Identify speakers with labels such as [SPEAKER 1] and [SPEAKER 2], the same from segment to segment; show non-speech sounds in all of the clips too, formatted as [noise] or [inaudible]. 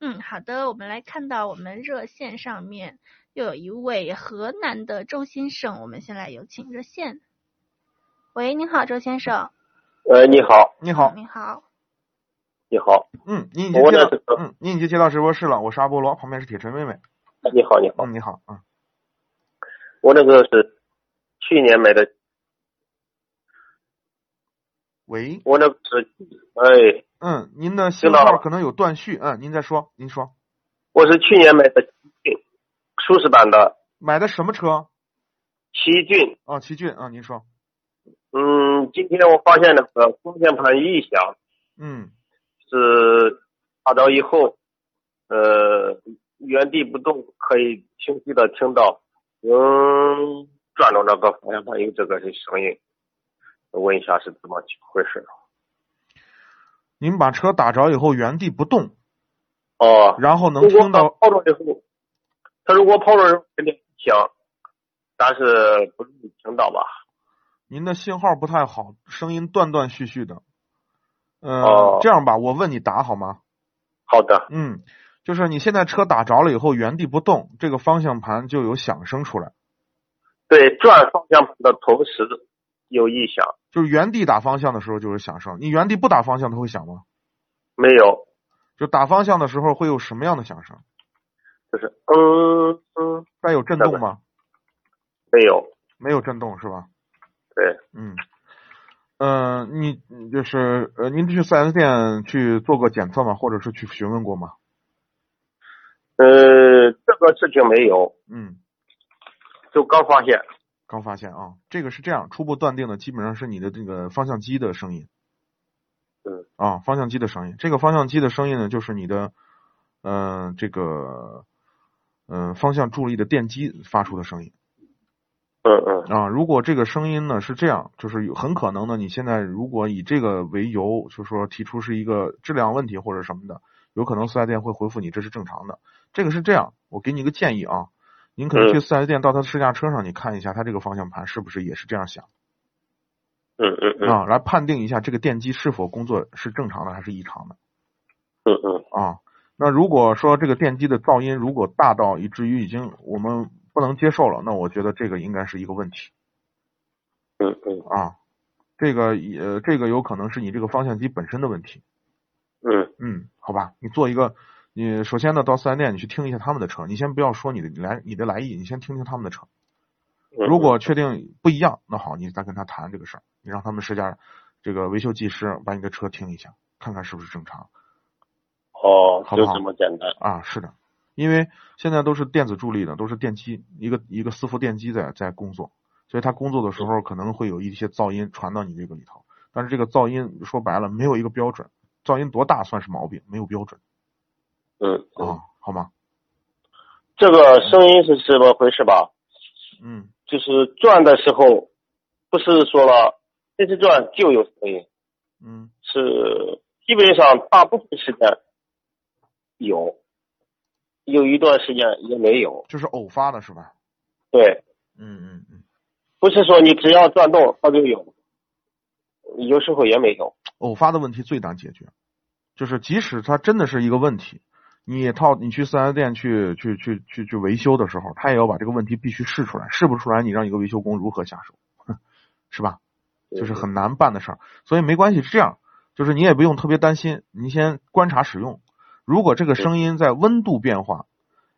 [SPEAKER 1] 嗯好的，我们来看到我们热线上面又有一位河南的周先生，我们先来有请热线。喂，您好，周先生。
[SPEAKER 2] 呃，你好，
[SPEAKER 3] 你好，
[SPEAKER 1] 您好。
[SPEAKER 2] 你好，
[SPEAKER 3] 嗯，你已经
[SPEAKER 2] 我
[SPEAKER 3] 接
[SPEAKER 2] 呢
[SPEAKER 3] 到
[SPEAKER 2] 是，
[SPEAKER 3] 嗯，你已经接到直播室了，我是阿波罗，旁边是铁锤妹妹，
[SPEAKER 2] 你好，你好，
[SPEAKER 3] 嗯，你好，嗯，
[SPEAKER 2] 我那个是去年买的，
[SPEAKER 3] 喂，
[SPEAKER 2] 我那个是，哎，
[SPEAKER 3] 嗯，您的信
[SPEAKER 2] 知道了
[SPEAKER 3] 号可能有断续，嗯，您再说，您说，
[SPEAKER 2] 我是去年买的舒适版的
[SPEAKER 3] 买的什么车？
[SPEAKER 2] 奇骏，
[SPEAKER 3] 哦，奇骏，嗯，您说，
[SPEAKER 2] 嗯，今天我发现那个方向盘异响
[SPEAKER 3] 嗯，
[SPEAKER 2] 是打着以后，呃，原地不动，可以清晰的听到，嗯，转动那个方向盘有这个是声音，问一下是怎么回事？
[SPEAKER 3] 您把车打着以后原地不动，
[SPEAKER 2] 哦，
[SPEAKER 3] 然后能
[SPEAKER 2] 如果
[SPEAKER 3] 听到，
[SPEAKER 2] 抛出以后，他如果抛出来肯定响，但是不容易听到吧？
[SPEAKER 3] 您的信号不太好，声音断断续续的，嗯、
[SPEAKER 2] 哦
[SPEAKER 3] 这样吧，我问你答好吗？
[SPEAKER 2] 好的，
[SPEAKER 3] 嗯，就是你现在车打着了以后原地不动，这个方向盘就有响声出来，
[SPEAKER 2] 对，转方向盘的同时有异响，
[SPEAKER 3] 就是原地打方向的时候就有响声，你原地不打方向它会响吗？
[SPEAKER 2] 没有，
[SPEAKER 3] 就打方向的时候会有什么样的响声？
[SPEAKER 2] 就是嗯嗯，
[SPEAKER 3] 带有震动吗？
[SPEAKER 2] 没有，
[SPEAKER 3] 没有震动是吧？
[SPEAKER 2] 对，
[SPEAKER 3] 嗯，呃，你就是呃，您去 4S 店去做过检测吗？或者是去询问过吗？
[SPEAKER 2] 呃，这个事情没有，
[SPEAKER 3] 嗯，
[SPEAKER 2] 就刚发现，
[SPEAKER 3] 刚发现啊，这个是这样，初步断定的基本上是你的这个方向机的声音。
[SPEAKER 2] 嗯。
[SPEAKER 3] 啊，方向机的声音，这个方向机的声音呢，就是你的，嗯、这个，嗯、方向助力的电机发出的声音。
[SPEAKER 2] 嗯嗯
[SPEAKER 3] 啊，如果这个声音呢是这样，就是有很可能呢，你现在如果以这个为由，就是说提出是一个质量问题或者什么的，有可能四 S 店会回复你这是正常的。这个是这样，我给你一个建议啊，您可以去
[SPEAKER 2] 嗯
[SPEAKER 3] 四 S 店到他的试驾车上，你看一下他这个方向盘是不是也是这样响
[SPEAKER 2] 嗯嗯嗯
[SPEAKER 3] 啊，来判定一下这个电机是否工作是正常的还是异常的
[SPEAKER 2] 嗯嗯，
[SPEAKER 3] 啊。那如果说这个电机的噪音如果大到以至于已经我们不能接受了，那我觉得这个应该是一个问题。
[SPEAKER 2] 嗯嗯
[SPEAKER 3] 啊，这个也呃，这个有可能是你这个方向机本身的问题。
[SPEAKER 2] 嗯
[SPEAKER 3] 嗯，好吧，你做一个，你首先呢到四 S 店你去听一下他们的车，你先不要说你的来你的来意，你先听听他们的车。
[SPEAKER 2] 嗯，
[SPEAKER 3] 如果确定不一样，那好，你再跟他谈这个事儿，你让他们试驾这个维修技师把你的车听一下，看看是不是正常
[SPEAKER 2] 哦，
[SPEAKER 3] 好不
[SPEAKER 2] 就
[SPEAKER 3] 好
[SPEAKER 2] 这么简单，
[SPEAKER 3] 啊？是的，因为现在都是电子助力的，都是电机，一个一个伺服电机在在工作，所以它工作的时候可能会有一些噪音传到你这个里头，但是这个噪音说白了没有一个标准，噪音多大算是毛病，没有标准
[SPEAKER 2] 嗯
[SPEAKER 3] 啊、
[SPEAKER 2] 嗯，
[SPEAKER 3] 好吗？
[SPEAKER 2] 这个声音是怎么回事吧？
[SPEAKER 3] 嗯，
[SPEAKER 2] 就是转的时候，不是说了这次转就有声音，
[SPEAKER 3] 嗯，
[SPEAKER 2] 是基本上大部分时间有，有一段时间也没有。
[SPEAKER 3] 这是偶发的是吧？
[SPEAKER 2] 对，
[SPEAKER 3] 嗯嗯嗯，
[SPEAKER 2] 不是说你只要转动它就有，有时候也没有。
[SPEAKER 3] 偶发的问题最难解决，就是即使它真的是一个问题，你也套你去四 S 店去去去去去维修的时候，他也要把这个问题必须试出来，试不出来，你让一个维修工如何下手， [laughs] 是吧？就是很难办的事儿。所以没关系，是这样，就是你也不用特别担心，你先观察使用。如果这个声音在温度变化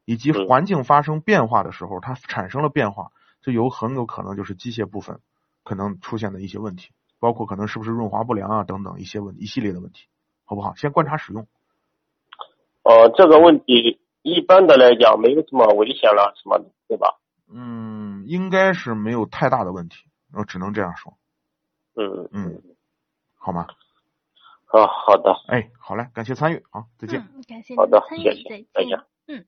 [SPEAKER 3] 以及
[SPEAKER 2] 嗯
[SPEAKER 3] 环境发生变化的时候，它产生了变化，就有很有可能就是机械部分可能出现的一些问题，包括可能是不是润滑不良啊等等一些问一系列的问题，好不好？先观察使用。
[SPEAKER 2] 呃，这个问题一般的来讲没有什么危险了什么的，对吧？
[SPEAKER 3] 嗯，应该是没有太大的问题，我只能这样说，
[SPEAKER 2] 嗯
[SPEAKER 3] 嗯，好吗？
[SPEAKER 2] 啊，好的。
[SPEAKER 3] 哎，好嘞，感谢参与啊，再见。
[SPEAKER 1] 嗯，感谢
[SPEAKER 2] 好
[SPEAKER 1] 您的
[SPEAKER 2] 的
[SPEAKER 1] 参与，
[SPEAKER 2] 谢谢
[SPEAKER 1] 再
[SPEAKER 2] 再
[SPEAKER 1] 见
[SPEAKER 2] 见。
[SPEAKER 1] 嗯。